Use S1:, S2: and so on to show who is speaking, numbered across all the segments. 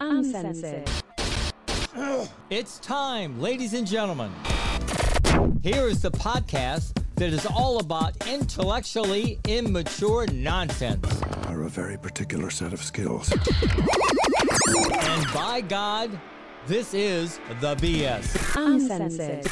S1: Uncensored.
S2: It's time, ladies and gentlemen. Here is the podcast that is all about intellectually immature nonsense.
S3: are a very particular set of skills.
S2: And by God, this is the BS.
S1: Uncensored.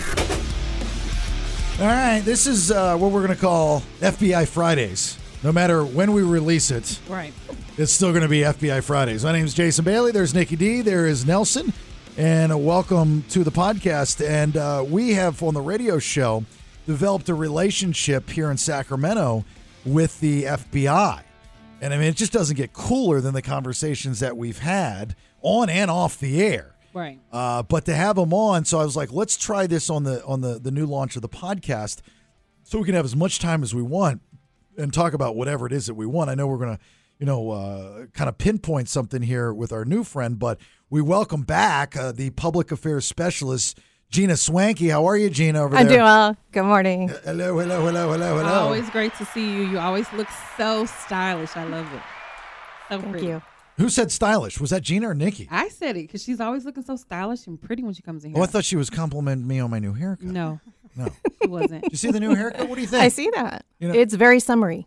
S4: All right, this is uh, what we're going to call FBI Fridays. No matter when we release it,
S5: Right.
S4: it's still going to be FBI Fridays. My name's Jason Bailey. There's Nikki D. There is Nelson. And welcome to the podcast. And uh, we have on the radio show developed a relationship here in Sacramento with the FBI. And I mean, it just doesn't get cooler than the conversations that we've had on and off the air.
S5: Right.
S4: Uh, but to have them on, so I was like, let's try this on the on the the new launch of the podcast, so we can have as much time as we want and talk about whatever it is that we want. I know we're gonna, you know, uh, kind of pinpoint something here with our new friend, but we welcome back uh, the public affairs specialist Gina Swanky. How are you, Gina? Over
S6: I
S4: there.
S6: do well. Good morning.
S4: Hello, hello, hello, hello, hello.
S5: Always great to see you. You always look so stylish. I love it. So
S6: Thank
S5: pretty.
S6: you.
S4: Who said stylish? Was that Gina or Nikki?
S5: I said it because she's always looking so stylish and pretty when she comes in here.
S4: Oh, I thought she was complimenting me on my new haircut.
S5: no,
S4: No. Did
S5: she wasn't.
S4: you see the new haircut? What do you think?
S6: I see that.
S4: You know-
S6: it's very summary.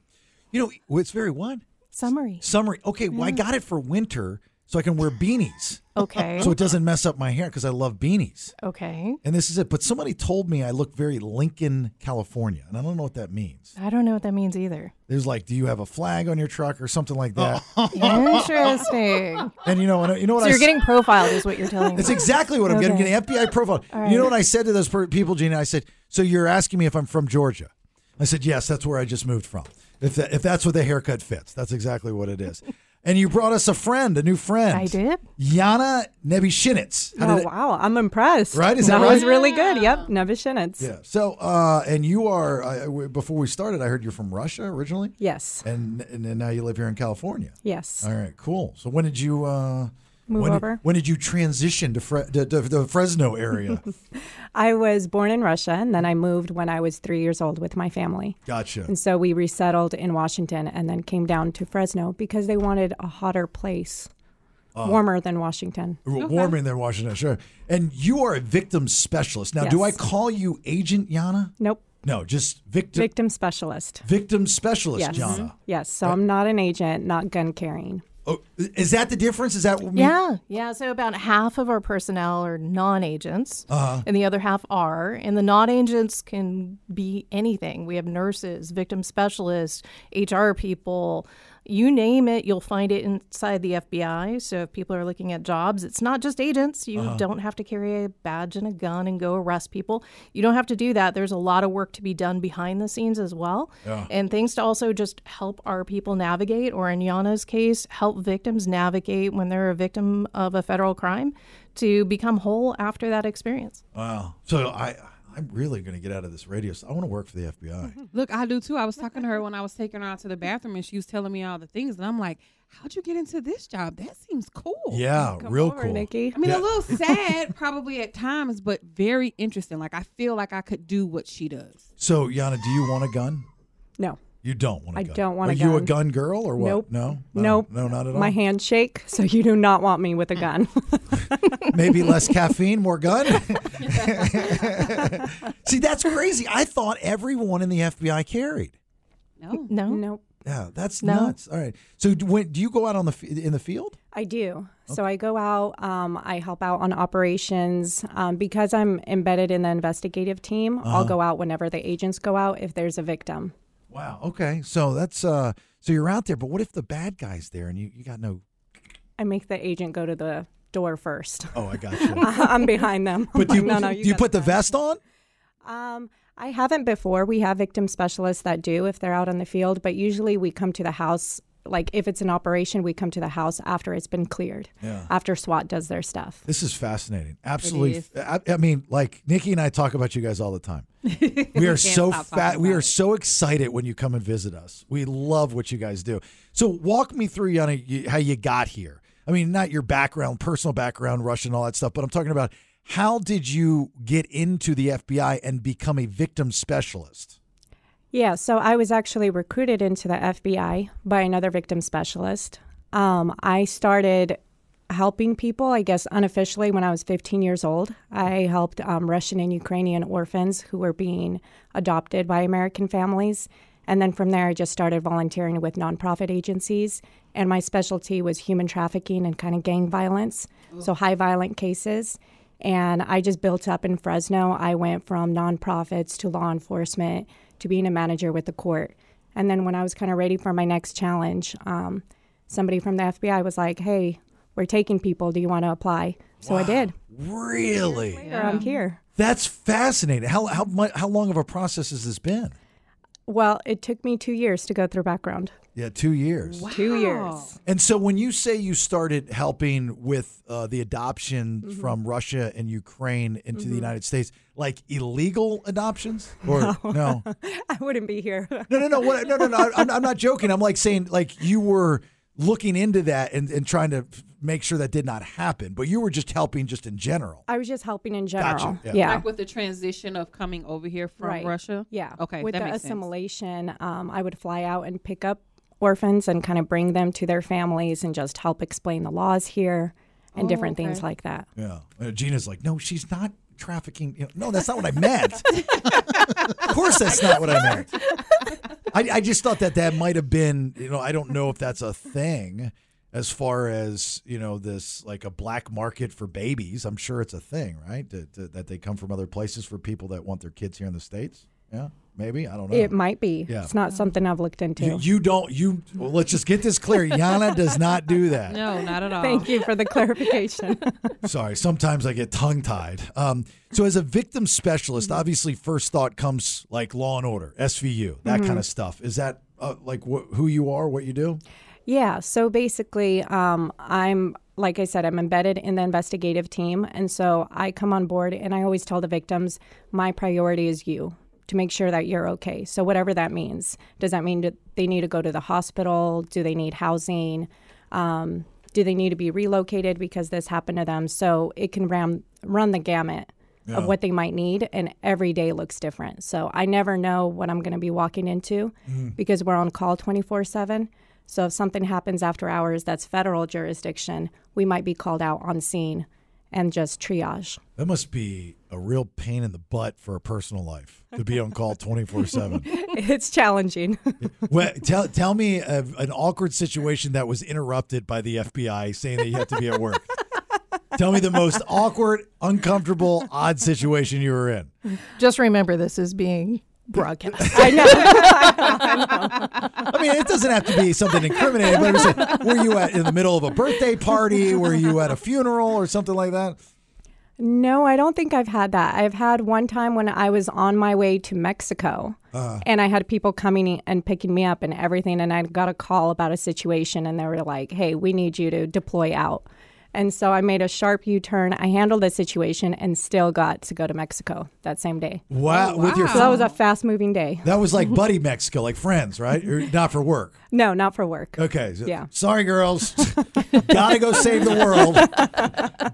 S4: You know, it's very what?
S6: Summary.
S4: Summary. Okay, well, I
S6: Mm.
S4: got it for winter so I can wear beanies
S6: Okay.
S4: so it doesn't mess up my hair because I love beanies.
S6: okay.
S4: And this is it. But somebody told me I look very Lincoln, California, and I don't know what that means.
S6: I don't know what that means either.
S4: There's like, do you have a flag on your truck or something like that?
S6: Interesting.
S4: and you know, and you know what
S6: so
S4: I
S6: you're
S4: s-
S6: getting profiled, is what you're telling me.
S4: That's exactly what I'm getting. I'm
S6: Okay.
S4: getting FBI profile.
S6: All
S4: You know
S6: right.
S4: what I said to those per- people, Gina? I said, "So you're asking me if I'm from Georgia?" I said, "Yes, that's where I just moved from. If that, if that's what the haircut fits, that's exactly what it is." and you brought us a friend, a new friend.
S6: I did.
S4: Yana Nebishinitz. How
S7: Oh
S4: did it-
S7: wow, I'm impressed.
S4: Right? Is that
S7: that was
S4: right?
S7: really good. Yep, Nevishinitz.
S4: Yeah. So, uh, and you are uh, w- before we started, I heard you're from Russia originally,
S7: Yes.
S4: and and then now you live here in California.
S7: Yes.
S4: All right, cool. So when did you uh,
S7: Move
S4: when did-
S7: over?
S4: when did you transition to, Fre- to, to the Fresno area?
S7: I was born in Russia and then I moved when I was 3 years old with my family.
S4: gotcha.
S7: And so we resettled in Washington and then came down to Fresno because they wanted a hotter place.
S4: Ah.
S7: warmer than Washington.
S4: W- Warming there, Washington. Sure. And you are a victim specialist. Now, do I
S7: Yes.
S4: call you Agent Yana?
S7: Nope.
S4: No, just victim
S7: Victim specialist.
S4: victim specialist
S7: Yes. Mm-hmm.
S4: Yana.
S7: Yes. So I'm not an agent, not gun carrying.
S4: Oh, i- is that the difference? Is that what we-
S6: Yeah. Yeah. So about half of our personnel are non agents, and the other half are. And the non agents can be anything. We have nurses, victim specialists, HR people. You name it, you'll find it inside the FBI. So if people are looking at jobs, it's not just agents. You don't have to carry a badge and a gun and go arrest people. You don't have to do that. There's a lot of work to be done behind the scenes as well. And things to also just help our people navigate, or in Yana's case, help victims navigate when they're a victim of a federal crime to become whole after that experience.
S4: Wow. So I I'm really going to get out of this radio. I want to work for the
S7: Mm-hmm.
S4: FBI.
S5: Look, I do too. I was talking to her when I was taking her out to the bathroom, and she was telling me all the things, and I'm like, "How'd you get into this job? That seems cool."
S4: yeah, real
S7: Over,
S4: cool.
S7: Nikki.
S5: I mean,
S4: Yeah.
S5: a little sad probably at times, but very interesting. Like I feel like I could do what she does.
S4: So, Yana, do you want a gun?
S7: No.
S4: You don't want a
S7: I
S4: gun.
S7: don't want
S4: Are
S7: a
S4: you a
S7: gun.
S4: gun girl or what?
S7: Nope.
S4: No? no.
S7: Nope.
S4: No, not at all.
S7: My hands shake, so you do not want me with a gun.
S4: Maybe less caffeine, more gun. See, that's crazy. I thought everyone in the FBI carried.
S5: No.
S6: No?
S7: nope.
S4: Yeah, that's
S6: No.
S4: nuts. All right. So, d- when, do you go out on the f- in the field?
S7: I do. So I go out, um, I help out on operations. Um, because I'm embedded in the investigative team,
S4: Uh-huh.
S7: I'll go out whenever the agents go out if there's a victim.
S4: Wow. Okay. So that's uh. So you're out there, but what if the bad guy's there and you, you got no?
S7: I make the agent go to the door first.
S4: Oh, I got you.
S7: I'm behind them.
S4: But do you,
S7: I'm like, no, no,
S4: do
S7: you,
S4: you
S7: gotta
S4: put the
S7: go."
S4: vest on?
S7: Um, I haven't before. We have victim specialists that do if they're out in the field, but usually we come to the house. Like if it's an operation, we come to the house after it's been cleared.
S4: Yeah.
S7: After SWAT does their stuff.
S4: This is fascinating. Absolutely.
S5: is.
S4: I, I mean, like Nikki and I talk about you guys all the time. We are so
S5: stop talking
S4: fat. We
S5: about
S4: are
S5: it.
S4: so excited when you come and visit us. We love what you guys do. So walk me through, Yana, you- how you got here. I mean, not your background, personal background, Russian, all that stuff, but I'm talking about how did you get into the FBI and become a victim specialist?
S7: Yeah, so I was actually recruited into the FBI by another victim specialist. Um, I started helping people. I guess unofficially, when I was 15 years old, I helped um, Russian and Ukrainian orphans who were being adopted by American families. And then from there, I just started volunteering with nonprofit agencies. And my specialty was human trafficking and kind of gang violence, so high violent cases. And I just built up in Fresno. I went from nonprofits to law enforcement to being a manager with the court. And then when I was kind of ready for my next challenge, um, somebody from the FBI was like, hey, we're taking people. Do you want to apply? So I did.
S4: Really?
S7: Here, I'm here.
S4: That's fascinating. How how mu- how long of a process has this been?
S7: Well, it took me two years to go through background.
S4: Yeah, two years.
S7: Two years.
S4: And so when you say you started helping with uh, the adoption from Russia and Ukraine into the United States, like illegal adoptions, or no, no,
S7: I wouldn't be here.
S4: no, no, no, what, no, no, no I'm, I'm not joking. I'm like saying like you were looking into that and, and trying to make sure that did not happen, but you were just helping just in general.
S7: I was just helping in
S4: Gotcha.
S7: general.
S4: Yeah.
S7: Yeah.
S5: Like with the transition of coming over here from
S7: Right.
S5: Russia.
S7: Yeah.
S5: Okay.
S7: With
S5: that
S7: the
S5: makes sense.
S7: assimilation, um, I would fly out and pick up orphans and kind of bring them to their families and just help explain the laws here and
S5: Oh,
S7: different things like that.
S4: Yeah. Uh, Gina's like, no, she's not trafficking. You know, no, that's not what I meant. of course, that's not what I meant. I, I just thought that that might have been, you know, I don't know if that's a thing as far as, you know, this like a black market for babies. I'm sure it's a thing, right? That, that, that they come from other places for people that want their kids here in the States. Yeah. Maybe. I don't know.
S7: It might be.
S4: Yeah.
S7: It's
S5: Oh.
S7: not something I've looked into.
S4: you, you don't, you, well, let's just get this clear. Yana does not do that.
S5: No, not at all.
S7: Thank you for the clarification.
S4: Sorry, sometimes I get tongue tied. Um, so, as a victim specialist, obviously, first thought comes like law and order, SVU, that kind of stuff. Is that uh, like wh- who you are, what you do?
S7: Yeah. So basically, um, I'm, like I said, I'm embedded in the investigative team. And so I come on board and I always tell the victims, my priority is you to make sure that you're okay. So, whatever that means, does that mean that they need to go to the hospital? Do they need housing? Um, do they need to be relocated because this happened to them? So it can ram, run the gamut of what they might need, and every day looks different. So I never know what I'm going to be walking into because we're on call 24 7. So if something happens after hours that's federal jurisdiction, we might be called out on scene and just triage.
S4: That must be a real pain in the butt for a personal life to be on call 24 7.
S7: it's challenging.
S4: Well, tell, tell me a, an awkward situation that was interrupted by the FBI saying that you have to be at work. tell me the most awkward, uncomfortable, odd situation you were in.
S6: Just remember this is being broadcast.
S7: I know.
S4: I mean, it doesn't have to be something incriminating, but I'm just saying, were you at in the middle of a birthday party? Were you at a funeral or something like that?
S7: no, I don't think I've had that. I've had one time when I was on my way to Mexico
S4: Uh,
S7: and I had people coming and picking me up and everything. And I got a call about a situation and they were like, hey, we need you to deploy out. And so I made a sharp U turn. I handled the situation and still got to go to Mexico that same day.
S4: Wow, with your
S7: So Oh, that was a fast moving day.
S4: that was like buddy Mexico, like friends, right? Or not for work.
S7: No, not for work.
S4: Okay. so-
S7: Yeah.
S4: Sorry, girls. Gotta go save the world.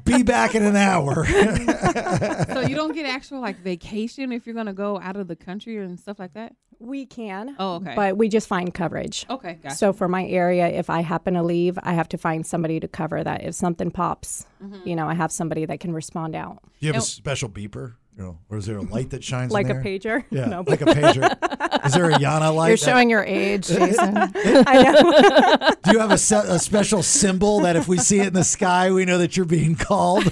S4: Be back in an hour.
S5: so you don't get actual like vacation if you're gonna go out of the country and stuff like that.
S7: We can.
S5: Oh, okay.
S7: But we just find coverage.
S5: Okay, gotcha.
S7: So for my area, if I happen to leave, I have to find somebody to cover that. If something pops, you know, I have somebody that can respond out.
S4: you have a special beeper, you know, or is there a light that shines? in
S7: Like a
S4: there?
S7: pager?
S4: Yeah,
S7: No.
S4: like a pager. Is there a Yana light?
S6: You're
S4: that-
S6: showing your age, Jason.
S4: Do you have a, se- a special symbol that if we see it in the sky, we know that you're being called?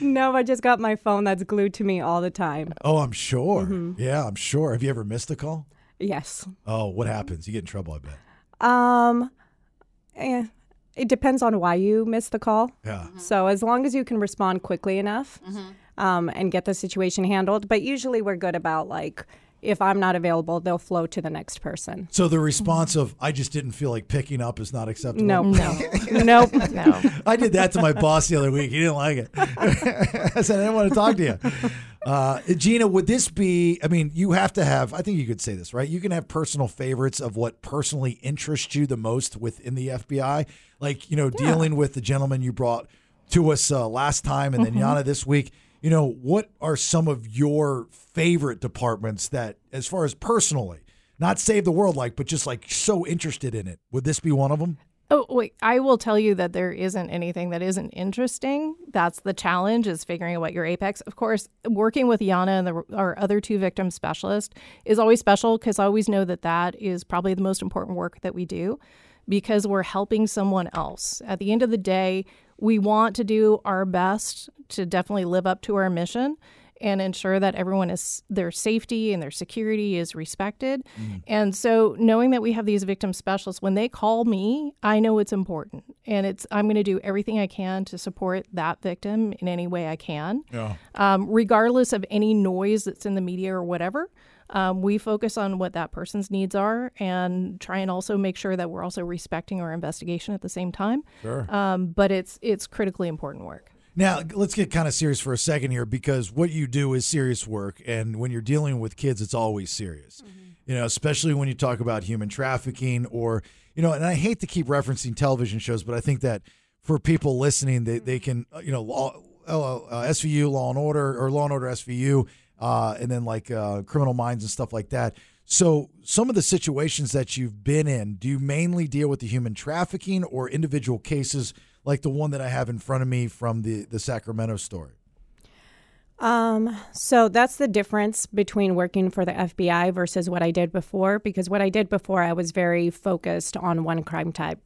S7: No, I just got my phone that's glued to me all the time.
S4: Oh, I'm sure. Yeah, I'm sure. Have you ever missed a call?
S7: Yes.
S4: Oh, what happens? You get in trouble, I bet.
S7: Um, eh, it depends on why you missed the call.
S4: Yeah.
S7: So as long as you can respond quickly enough um, and get the situation handled, but usually we're good about like if I'm not available, they'll flow to the next person.
S4: So the response of "I just didn't feel like picking up" is not acceptable.
S7: Nope.
S6: No,
S7: nope.
S6: no.
S4: I did that to my boss the other week. He didn't like it. I said, I didn't want to talk to you. Uh, Gina, would this be? I mean, you have to have, I think you could say this, right? You can have personal favorites of what personally interests you the most within the FBI. Like, you know, dealing with the gentleman you brought to us uh, last time and then Yana this week. You know, what are some of your favorite departments that, as far as personally, not save the world like, but just like so interested in it? Would this be one of them?
S6: Oh, wait, I will tell you that there isn't anything that isn't interesting. That's the challenge is figuring out what your apex. Of course, working with Yana and the, our other two victim specialists is always special because I always know that that is probably the most important work that we do because we're helping someone else. At the end of the day, we want to do our best to definitely live up to our mission and ensure that everyone is their safety and their security is respected. And so knowing that we have these victim specialists when they call me, I know it's important and it's I'm going to do everything I can to support that victim in any way I can. Um, regardless of any noise that's in the media or whatever, um, we focus on what that person's needs are and try and also make sure that we're also respecting our investigation at the same time. Sure. Um, but it's it's critically important work.
S4: Now, let's get kind of serious for a second here because what you do is serious work. And when you're dealing with kids, it's always serious, you know, especially when you talk about human trafficking or, you know, and I hate to keep referencing television shows, but I think that for people listening, they, they can, uh, you know, law, uh, uh, SVU, Law and Order, or Law and Order SVU, uh, and then like uh, Criminal Minds and stuff like that. So, some of the situations that you've been in, do you mainly deal with the human trafficking or individual cases like the one that I have in front of me from the, the Sacramento story?
S7: Um, so that's the difference between working for the FBI versus what I did before, because what I did before, I was very focused on one crime type.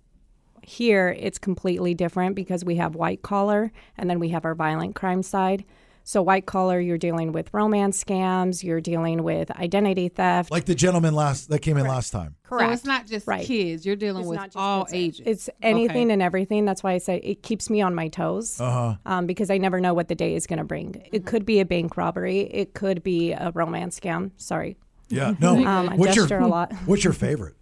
S7: Here, it's completely different because we have white collar and then we have our violent crime side. So, white collar, you're dealing with romance scams, you're dealing with identity theft.
S4: Like the gentleman last that came in last time.
S5: So it's not just
S7: Right.
S5: kids. You're dealing
S7: It's
S5: with
S7: not just
S5: all
S7: kids.
S5: ages.
S7: It's anything and everything. That's why I say it keeps me on my toes
S4: Uh-huh.
S7: um, because I never know what the day is going to bring. It could be a bank robbery. It could be a romance scam. Sorry.
S4: Yeah. No.
S7: Um, I
S4: what's your
S7: gesture a lot.
S4: What's your favorite?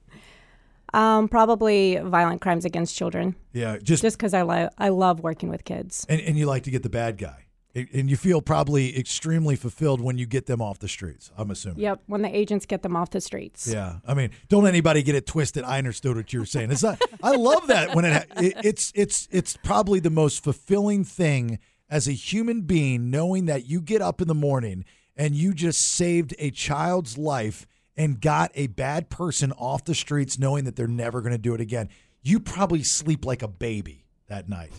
S7: Um, probably violent crimes against children
S4: Yeah. Just,
S7: just because I, lo- I love working with kids.
S4: and, and you like to get the bad guy. And- And you feel probably extremely fulfilled when you get them off the streets, I'm assuming.
S7: Yep. When the agents get them off the streets.
S4: Yeah, I mean, don't anybody get it twisted. I understood what you were saying. It's not. I love that when it, ha- it it's it's it's probably the most fulfilling thing as a human being, knowing that you get up in the morning and you just saved a child's life and got a bad person off the streets, knowing that they're never going to do it again. You probably sleep like a baby that night.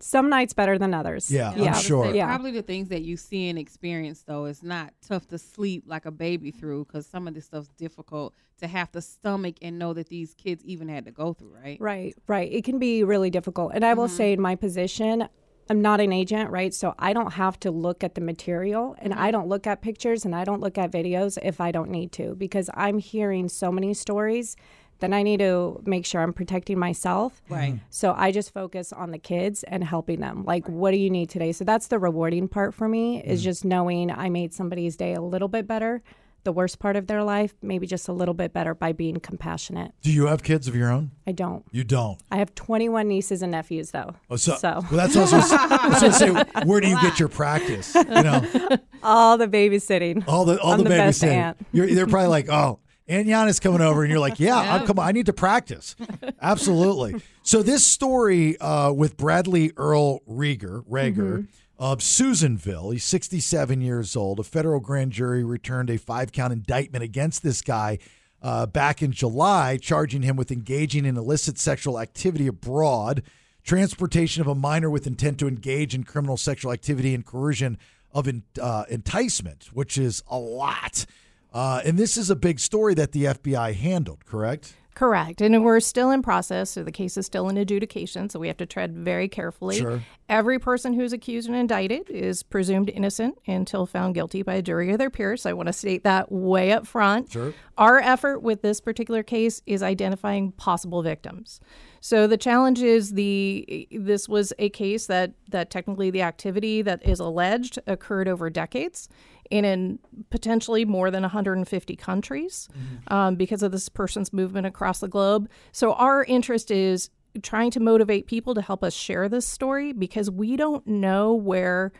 S7: Some nights better than others.
S4: Yeah, I'm
S7: Yeah.
S4: sure.
S7: Yeah.
S5: Probably the things that you see and experience, though, it's not tough to sleep like a baby through because some of this stuff's difficult to have to stomach and know that these kids even had to go through, right?
S7: Right, right. It can be really difficult. And I will say, in my position, I'm not an agent, right? So I don't have to look at the material and I don't look at pictures and I don't look at videos if I don't need to because I'm hearing so many stories then I need to make sure I'm protecting myself.
S5: Right.
S7: So I just focus on the kids and helping them. Like, what do you need today? So that's the rewarding part for me
S4: Mm.
S7: is just knowing I made somebody's day a little bit better, the worst part of their life, maybe just a little bit better by being compassionate.
S4: Do you have kids of your own?
S7: I don't.
S4: You don't.
S7: I have 21 nieces and nephews, though.
S4: Oh, so,
S7: so,
S4: well, that's also. I was gonna say, where do you get your practice? You know.
S7: all the babysitting.
S4: All the all
S7: I'm
S4: the,
S7: the
S4: babies
S7: best
S4: say it.
S7: aunt.
S4: You're, they're probably like, oh, Aunt Yana's coming over, and you're like, yeah, I'm come. I need to practice. Absolutely. So this story uh, with Bradley Earl Rieger, Rager
S7: Mm-hmm.
S4: of Susanville, he's 67 years old. A federal grand jury returned a five count indictment against this guy. Uh, back in July, charging him with engaging in illicit sexual activity abroad, transportation of a minor with intent to engage in criminal sexual activity and coercion of en- uh, enticement, which is a lot. Uh, and this is a big story that the FBI handled, correct?
S6: Correct. And we're still in process, so the case is still in adjudication, so we have to tread very carefully.
S4: Sure.
S6: Every person who's accused and indicted is presumed innocent until found guilty by a jury or their peers. I want to state that way up front. Sure. Our effort with this particular case is identifying possible victims. So the challenge is the this was a case that that technically the activity that is alleged occurred over decades and in potentially more than 150 countries um, because of this person's movement across the globe. So our interest is trying to motivate people to help us share this story because we don't know where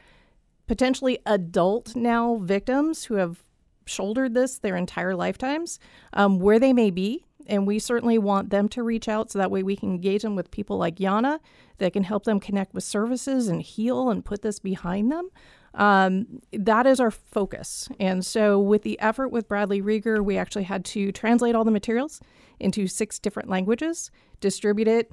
S6: potentially adult now victims who have shouldered this their entire lifetimes, um, where they may be. And we certainly want them to reach out so that way we can engage them with people like Yana that can help them connect with services and heal and put this behind them. um, that is our focus. And so, with the effort with Bradley Rieger, we actually had to translate all the materials into six different languages, distribute it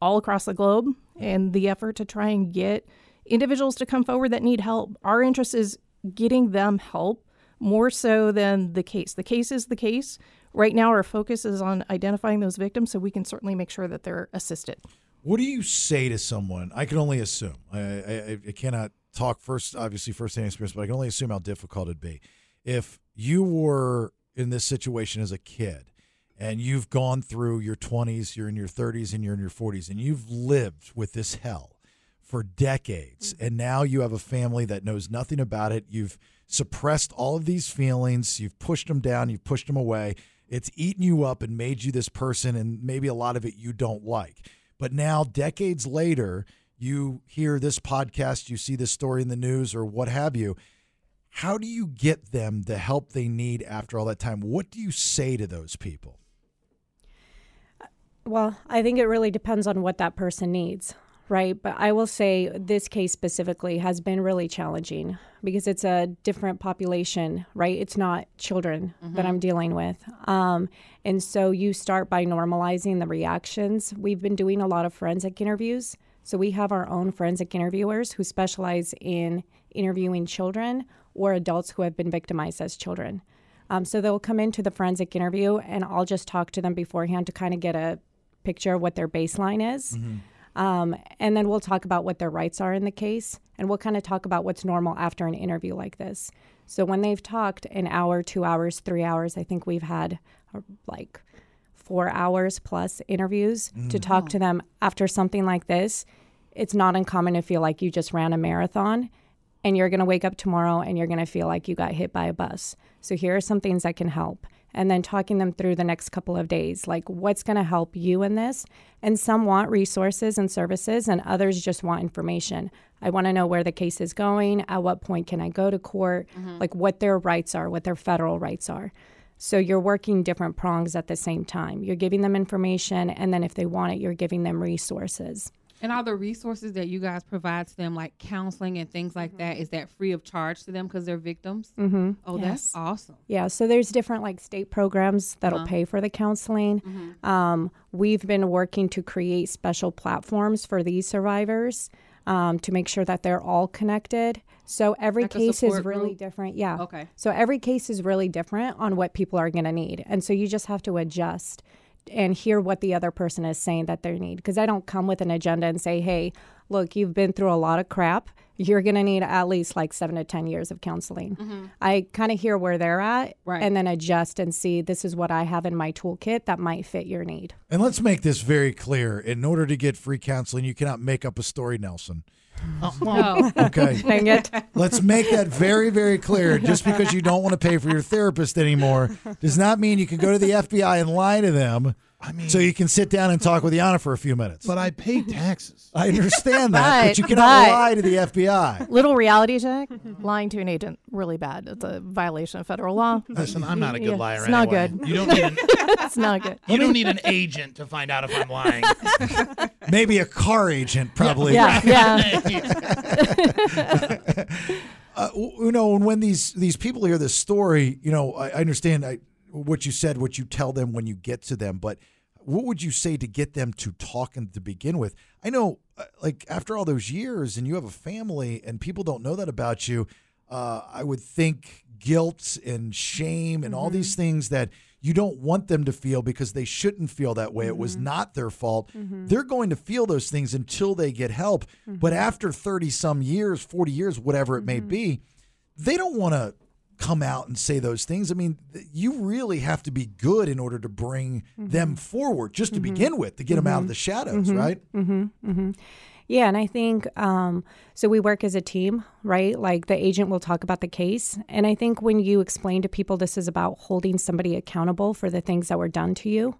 S6: all across the globe, and the effort to try and get individuals to come forward that need help. Our interest is getting them help more so than the case. The case is the case. Right now, our focus is on identifying those victims so we can certainly make sure that they're assisted.
S4: What do you say to someone? I can only assume. I, I, I cannot talk first, obviously, firsthand experience, but I can only assume how difficult it'd be. If you were in this situation as a kid and you've gone through your 20s, you're in your 30s, and you're in your 40s, and you've lived with this hell for decades, and now you have a family that knows nothing about it, you've suppressed all of these feelings, you've pushed them down, you've pushed them away. It's eaten you up and made you this person, and maybe a lot of it you don't like. But now, decades later, you hear this podcast, you see this story in the news or what have you. How do you get them the help they need after all that time? What do you say to those people?
S7: Well, I think it really depends on what that person needs, right? But I will say this case specifically has been really challenging because it's a different population, right? It's not children that I'm dealing with. Um, and so you start by normalizing the reactions. We've been doing a lot of forensic interviews. So we have our own forensic interviewers who specialize in interviewing children or adults who have been victimized as children. Um, so they'll come into the forensic interview, and I'll just talk to them beforehand to kind of get a picture of what their baseline is. Um, and then we'll talk about what their rights are in the case, and we'll kind of talk about what's normal after an interview like this. So when they've talked an hour, two hours, three hours, I think we've had uh, like four hours plus interviews to talk to them after something like this, it's not uncommon to feel like you just ran a marathon and you're going to wake up tomorrow and you're going to feel like you got hit by a bus. So here are some things that can help. And then talking them through the next couple of days, like what's going to help you in this? And some want resources and services, and others just want information. I want to know where the case is going, at what point can I go to court, like what their rights are, what their federal rights are. So you're working different prongs at the same time. You're giving them information, and then if they want it, you're giving them resources.
S5: And all the resources that you guys provide to them, like counseling and things
S4: Mm-hmm.
S5: like that, is that free of charge to them because they're victims? Mm-hmm. Oh, that's awesome.
S7: Yeah, so there's different like state programs that'll
S5: Uh-huh.
S7: pay for the counseling.
S5: Mm-hmm.
S7: Um, we've been working to create special platforms for these survivors um, to make sure that they're all connected. So every
S5: Like a
S7: case is
S5: support
S7: really
S5: group?
S7: different. Yeah.
S5: Okay.
S7: So every case is really different on what people are going to need. And so you just have to adjust and hear what the other person is saying that they need. Because I don't come with an agenda and say, hey, look, you've been through a lot of crap. You're going to need at least like seven to 10 years of counseling. I kind of hear where they're at
S5: Right.
S7: and then adjust and see this is what I have in my toolkit that might fit your need.
S4: And let's make this very clear. In order to get free counseling, you cannot make up a story, Nelson.
S5: No.
S4: Okay.
S7: Dang it.
S4: Let's make that very, very clear. Just because you don't want to pay for your therapist anymore does not mean you can go to the FBI and lie to them
S1: I mean,
S4: so you can sit down and talk with Yana for a few minutes.
S1: but I pay taxes.
S4: I understand that, but
S6: But-
S4: you cannot
S6: but-
S4: lie to the FBI.
S6: Little reality check lying to an agent, really bad. It's a violation of federal law.
S1: Listen, I'm not a good
S6: Yeah,
S1: liar.
S6: it's not
S1: anyway.
S6: good.
S1: You don't need an,
S6: It's not good.
S1: you don't need an agent to find out if I'm lying.
S4: Maybe a car agent, probably.
S6: Yeah, yeah.
S4: Uh, you know, and when these these people hear this story, you know, I, I understand I, what you said, what you tell them when you get to them, but what would you say to get them to talk and to begin with? I know, uh, like after all those years, and you have a family, and people don't know that about you. Uh, I would think guilt and shame and all these things that you don't want them to feel because they shouldn't feel that way. It was not their fault. They're going to feel those things until they get help. But after 30 some years, 40 years, whatever it may be, they don't want to come out and say those things. I mean, th- you really have to be good in order to bring them forward just to begin with, to get them out of the shadows, right?
S7: Yeah, and I think um, so. We work as a team, right? Like the agent will talk about the case. And I think when you explain to people this is about holding somebody accountable for the things that were done to you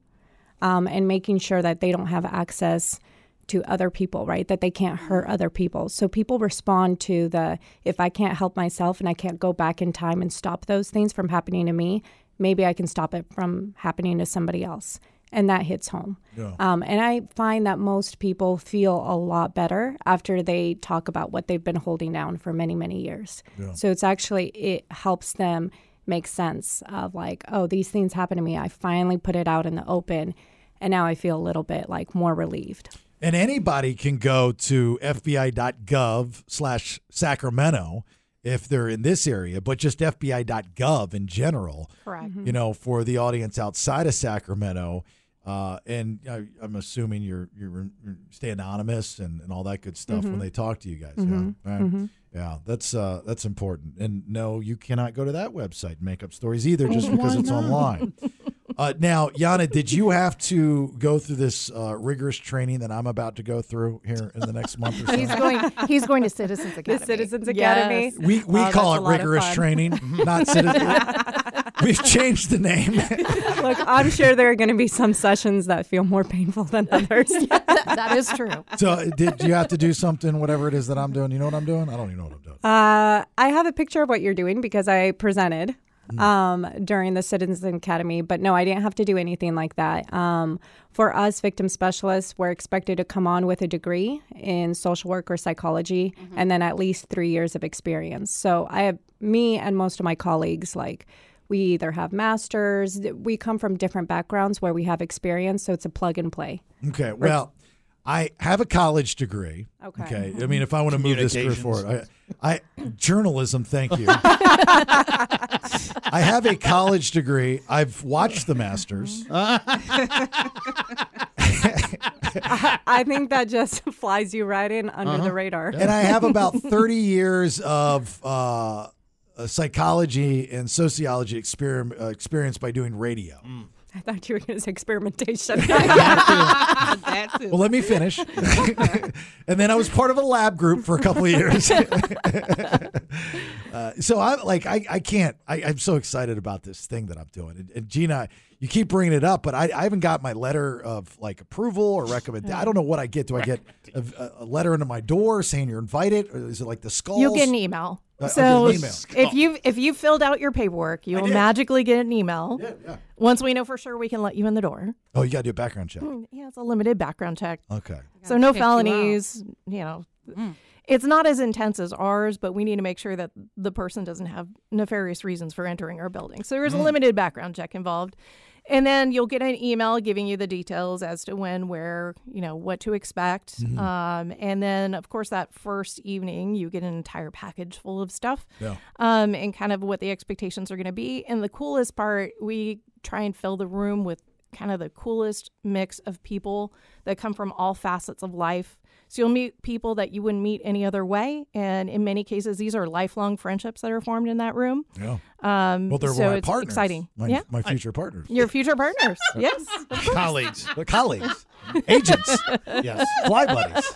S7: um, and making sure that they don't have access to other people, right? That they can't hurt other people. So people respond to the if I can't help myself and I can't go back in time and stop those things from happening to me, maybe I can stop it from happening to somebody else. and that hits home. Um, and I find that most people feel a lot better after they talk about what they've been holding down for many, many years. So it's actually, it helps them make sense of like, oh, these things happen to me. I finally put it out in the open. And now I feel a little bit like more relieved.
S4: And anybody can go to FBI.gov slash Sacramento if they're in this area, but just FBI.gov in general.
S6: Correct.
S4: You know, for the audience outside of Sacramento. Uh, and I, I'm assuming you're, you're you're- stay anonymous and, and all that good stuff when they talk to you guys. Yeah, All right. yeah, that's uh, that's important. And no, you cannot go to that website and make up stories either, just because it's online. Uh, now, Yana, did you have to go through this uh, rigorous training that I'm about to go through here in the next month or so?
S6: He's going. He's going to Citizens Academy.
S7: Citizens
S6: Yes.
S7: Academy.
S4: we we
S7: Oh,
S4: call
S7: that's a
S4: it
S7: lot of
S4: rigorous
S7: fun.
S4: training, not citizen. We've changed the name.
S7: Look, I'm sure there are going to be some sessions that feel more painful than others.
S6: That- that is true.
S4: so, did you have to do something, whatever it is that I'm doing? You know what I'm doing? I don't even know what I'm doing.
S7: Uh, I have a picture of what you're doing because I presented um, during the Citizens Academy, but no, I didn't have to do anything like that. Um, for us, victim specialists, we're expected to come on with a degree in social work or psychology, and then at least three years of experience. So I have me and most of my colleagues like. We either have masters, we come from different backgrounds where we have experience, so it's a plug and play.
S4: Okay. Well, I have a college degree.
S7: Okay.
S4: I mean, if I want to move this career forward, I, I journalism. Thank you. I have a college degree. I've watched the Masters.
S7: I think that just flies you right in under the radar.
S4: and I have about 30 years of uh, uh, psychology and sociology experim- uh, experience by doing radio.
S7: I thought you were going to say experimentation.
S5: That's it.
S4: Well, let me finish. and then I was part of a lab group for a couple of years. Uh, so I like I, I can't I, I'm so excited about this thing that I'm doing. And, and Gina, you keep bringing it up, but I, I haven't got my letter of like approval or recommend. I don't know what I get. Do I get a, a- a letter into my door saying you're invited, or is it like the skulls?
S6: You'll get an e- email.
S4: I- I
S6: so
S4: get an email.
S6: if you if you filled out your paperwork, you'll magically get an email. Once we know for sure, we can let you in the door.
S4: Oh, you got to do a background check.
S6: Yeah, it's a limited background check,
S4: Okay.
S6: so no
S5: check you out.
S6: felonies. You, know, it's not as intense as ours, but we need to make sure that the person doesn't have nefarious reasons for entering our building. So there's a
S4: Mm.
S6: limited background check involved, and then you'll get an email giving you the details as to when, where, you know, what to expect.
S4: Mm-hmm.
S6: Um, and then of course that first evening, you get an entire package full of stuff
S4: Yeah.
S6: um, and kind of what the expectations are going to be. And the coolest part, we try and fill the room with kind of the coolest mix of people that come from all facets of life. So you'll meet people that you wouldn't meet any other way. And in many cases, these are lifelong friendships that are formed in that room.
S4: Yeah.
S6: Um,
S4: Well, they're
S6: so
S4: my
S6: it's
S4: partners.
S6: exciting.
S4: My,
S6: yeah.
S4: my future partners.
S6: Your future partners. yes.
S1: Colleagues.
S4: They're colleagues, agents,
S1: Yes.
S4: fly buddies.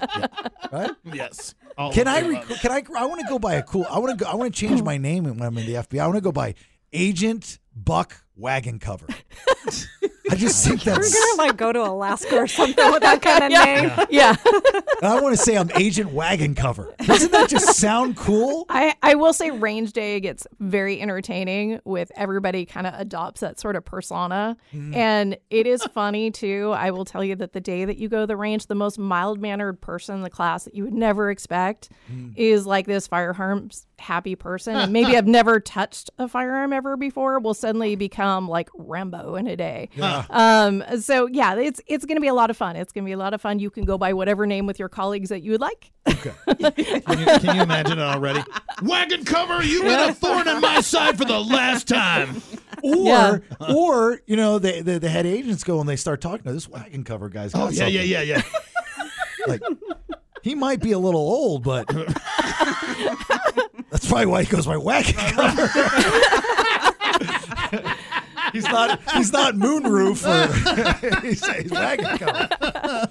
S4: Right?
S1: Yes. All
S4: Can
S1: of
S4: I?
S1: the
S4: Rec-
S1: above.
S4: can I? I want to go by a cool. I want to go. I want to change my name when I'm in the FBI. I want to go by Agent Buck Wagon Cover. I just think
S7: We're
S4: that's.
S7: gonna like go to Alaska or something with that kind of name.
S6: Yeah.
S4: and I want to say I'm Agent Wagon Cover. Doesn't that just sound cool?
S6: I, I will say range day gets very entertaining with everybody kind of adopts that sort of persona and it is funny too i will tell you that the day that you go to the range the most mild mannered person in the class that you would never expect is like this firearms happy person and maybe i've never touched a firearm ever before will suddenly become like rambo in a day um, so yeah it's it's gonna be a lot of fun it's gonna be a lot of fun you can go by whatever name with your colleagues that you would like
S1: Can you, can you imagine it already? Wagon cover, you've been a thorn in my side for the last time.
S4: Or,
S6: Yeah.
S4: or you know, the, the the head agents go and they start talking to this wagon cover guy's. Got
S1: Oh, yeah, yeah,
S4: something."
S1: yeah, yeah.
S4: Like, he might be a little old, but that's probably why he goes by wagon cover. he's not. He's not moonroof or he's, he's wagon cover.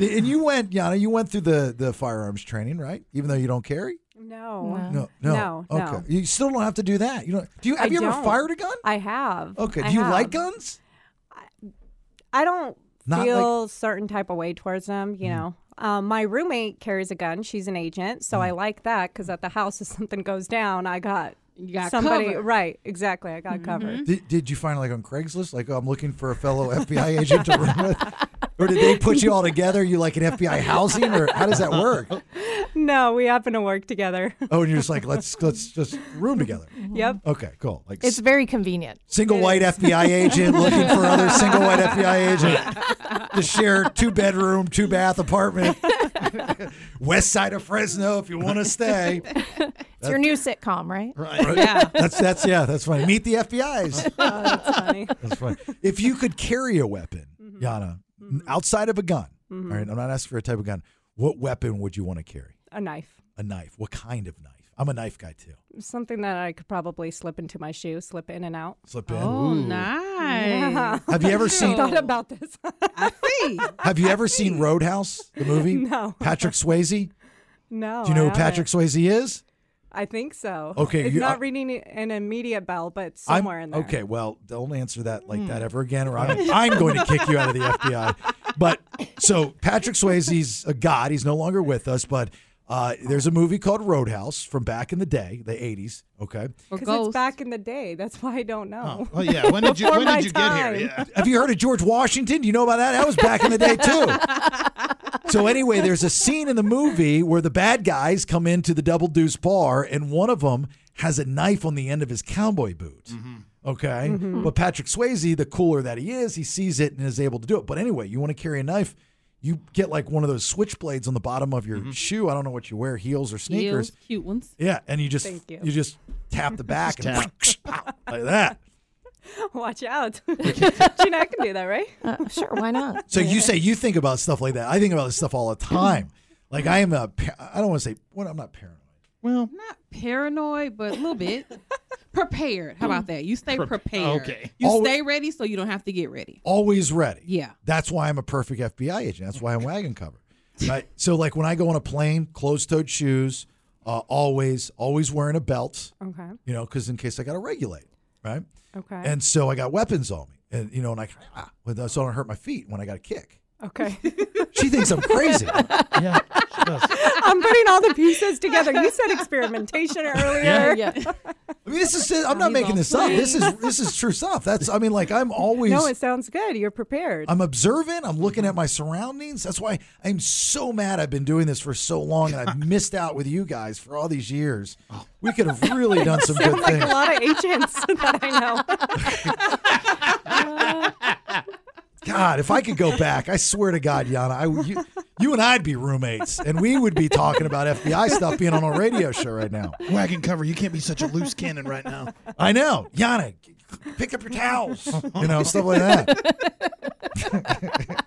S4: And you went, Yana. You went through the the firearms training, right? Even though you don't carry.
S7: No,
S4: No, no,
S7: No, no.
S4: Okay, you still don't have to do that. You don't. Do you? Have
S7: I
S4: you ever
S7: don't.
S4: fired a gun?
S7: I have.
S4: Okay. Do
S7: I
S4: you
S7: have.
S4: like guns?
S7: I don't
S4: Not Mm.
S7: feel certain type of way towards them. You know, um, my
S4: Mm.
S7: roommate carries a gun. She's an agent, so I like that because at the house, if something goes down, I got
S5: You got
S7: somebody
S5: covered.
S7: right exactly i got
S4: Mm-hmm.
S7: covered
S4: Did, did you find like on Craigslist, like oh, I'm looking for a fellow FBI agent to room with, or did they put you all together? You like an FBI housing, or how does that work?
S7: no we happen to work together
S4: Oh, and you're just like let's let's just room together.
S7: yep
S4: Okay, cool. Like
S6: It's very convenient.
S4: single white FBI agent looking for other single white FBI agent to share two bedroom, two bath apartment, west side of Fresno if you want to stay.
S6: It's your new sitcom, right?
S4: Yeah. That's that's yeah, that's funny. Meet the FBI's.
S7: oh, that's funny
S4: That's funny. If you could carry a weapon,
S7: Mm-hmm.
S4: Yana, outside of a gun, all right, I'm not asking for a type of gun. What weapon would you want to carry?
S7: a knife
S4: A knife. What kind of knife? I'm a knife guy too.
S7: something that i could probably slip into my shoe slip in and out
S4: Slip in.
S5: Oh, nice.
S4: Have you ever seen
S7: thought about this
S5: I see.
S4: Have you ever seen Roadhouse, the movie?
S7: No.
S4: Patrick Swayze?
S7: no
S4: Do you know
S7: I
S4: who Patrick
S7: haven't.
S4: Swayze is?
S7: i think so
S4: Okay,
S7: it's
S4: you-
S7: not
S4: I-
S7: reading an immediate bell but
S4: I'm-
S7: somewhere in there Hmm.
S4: Okay, well, don't answer that like that ever again, or I'm, I'm going to kick you out of the FBI. But so Patrick Swayze's a god. He's no longer with us, but uh, there's a movie called Roadhouse from back in the day, the 80s. Okay.
S5: Or
S7: because it's
S5: ghost.
S7: back in the day that's why i don't know
S1: Oh yeah. When did you
S7: Before
S1: when
S7: my
S1: did you get
S7: time.
S1: here? Yeah.
S4: Have you heard of George Washington? Do you know about that? That was back in the day too. So anyway, there's a scene in the movie where the bad guys come into the Double Deuce bar, and one of them has a knife on the end of his cowboy boot. Okay,
S7: Mm-hmm.
S4: but Patrick Swayze, the cooler that he is, he sees it and is able to do it. But anyway, you want to carry a knife. You get like one of those switchblades on the bottom of your shoe. I don't know what you wear, heels or sneakers.
S5: Heels, cute ones.
S4: Yeah, and you just
S7: Thank you.
S4: you just tap the back and like that. Oh.
S7: Watch out. Gina, I can do that, right?
S6: Uh, sure, why not?
S4: So you say you think about stuff like that. I think about this stuff all the time. Like I am a, pa- I don't want to say what I'm not paranoid.
S1: Well,
S5: Not paranoid, but a little bit. prepared. How about that? You stay prepared.
S1: okay.
S5: You
S4: Alwa-
S5: stay ready so you don't have to get ready.
S4: Always ready.
S5: Yeah.
S4: That's why I'm a perfect FBI agent. That's why I'm wagon cover. Right. So like when I go on a plane, closed-toed shoes, uh, always, always wearing a belt.
S7: Okay.
S4: You know, because in case I got to regulate. Right.
S7: Okay.
S4: And so I got weapons on me, and you know, and I, ah, well, so I don't hurt my feet when I got a kick.
S7: okay.
S4: She thinks I'm crazy.
S1: yeah. she does.
S7: I'm putting all the pieces together. You said experimentation earlier.
S6: Yeah.
S4: I mean, this is. I'm not
S5: He's
S4: making
S5: on
S4: this up. This is this is true stuff. That's. I mean, like I'm always.
S7: No, it sounds good. You're prepared.
S4: I'm observant. I'm looking
S7: Mm-hmm.
S4: at my surroundings. That's why I'm so mad I've been doing this for so long and I've missed out with you guys for all these years. We could have really done some good
S7: Oh. like a
S4: things.
S7: lot of agents that I know.
S4: God, if I could go back, I swear to God, Yana, I, you, you and I'd be roommates and we would be talking about FBI stuff being on a radio show right now.
S1: Wagon cover. You can't be such a loose cannon right now.
S4: I know. Yana, pick up your towels. You know, stuff like that.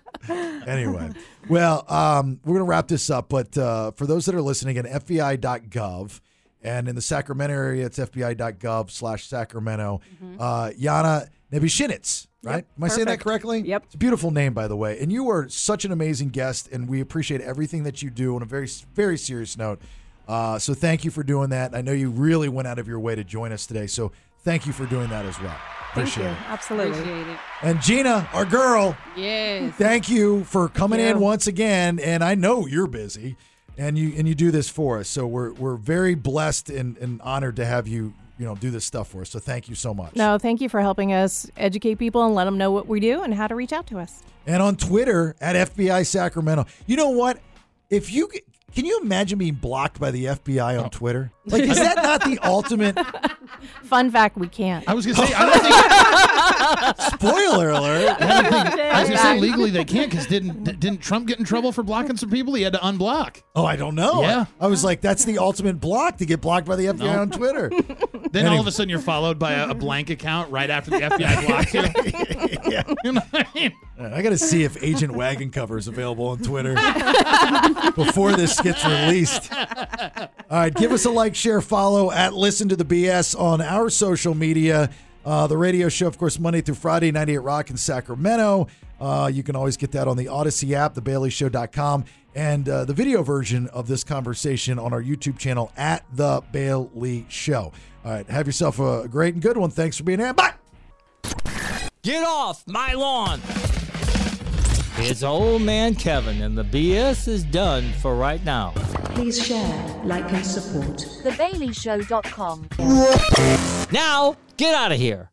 S4: anyway, well, um, we're going to wrap this up. But uh, for those that are listening at FBI.gov, and in the Sacramento area, it's FBI.gov slash Sacramento. Uh, Yana Nebishinitz, right? Am I saying that
S7: Mm-hmm. perfect.
S4: correctly?
S7: Yep.
S4: It's a beautiful name, by the way. And you are such an amazing guest, and we appreciate everything that you do on a very, very serious note. Uh, so thank you for doing that. I know you really went out of your way to join us today. So thank you for doing that as well. Appreciate it.
S7: Absolutely.
S5: Appreciate it.
S4: And Gina, our girl,
S5: Yes.
S4: thank you for coming
S7: Thank
S4: in
S7: you.
S4: once again. And I know you're busy, and you and you do this for us. So we're we're very blessed and, and honored to have you you know do this stuff for us. So thank you so much.
S6: No, thank you for helping us educate people and let them know what we do and how to reach out to us.
S4: and on Twitter at FBI Sacramento. You know what? If you can you imagine being blocked by the FBI on Twitter? Like, is that not the ultimate
S6: Fun fact, we can't.
S1: I was gonna say. I don't think.
S4: spoiler alert?
S1: I, don't think, I was gonna say
S6: Right.
S1: legally they can't because didn't didn't Trump get in trouble for blocking some people? He had to unblock.
S4: Oh, I don't know.
S1: Yeah.
S4: I, was like, that's the ultimate block to get blocked by the FBI on Twitter.
S1: Then all of a sudden you're followed by a, a blank account right after the FBI blocks you. You know what I mean?
S4: I got to see if Agent Wagon Cover is available on Twitter before this gets released. All right, give us a like, share, follow at Listen to the BS on our social media. Uh, the radio show, of course, Monday through Friday, 98 Rock in Sacramento. Uh, you can always get that on the Odyssey app, thebaileyshow.com, and uh, the video version of this conversation on our YouTube channel at The Bailey Show. All right, have yourself a great and good one. Thanks for being here. Bye.
S2: Get off my lawn! It's old man Kevin, and the BS is done for right now.
S8: Please share, like, and support.
S9: TheBaileyShow.com.
S2: Now, get out of here.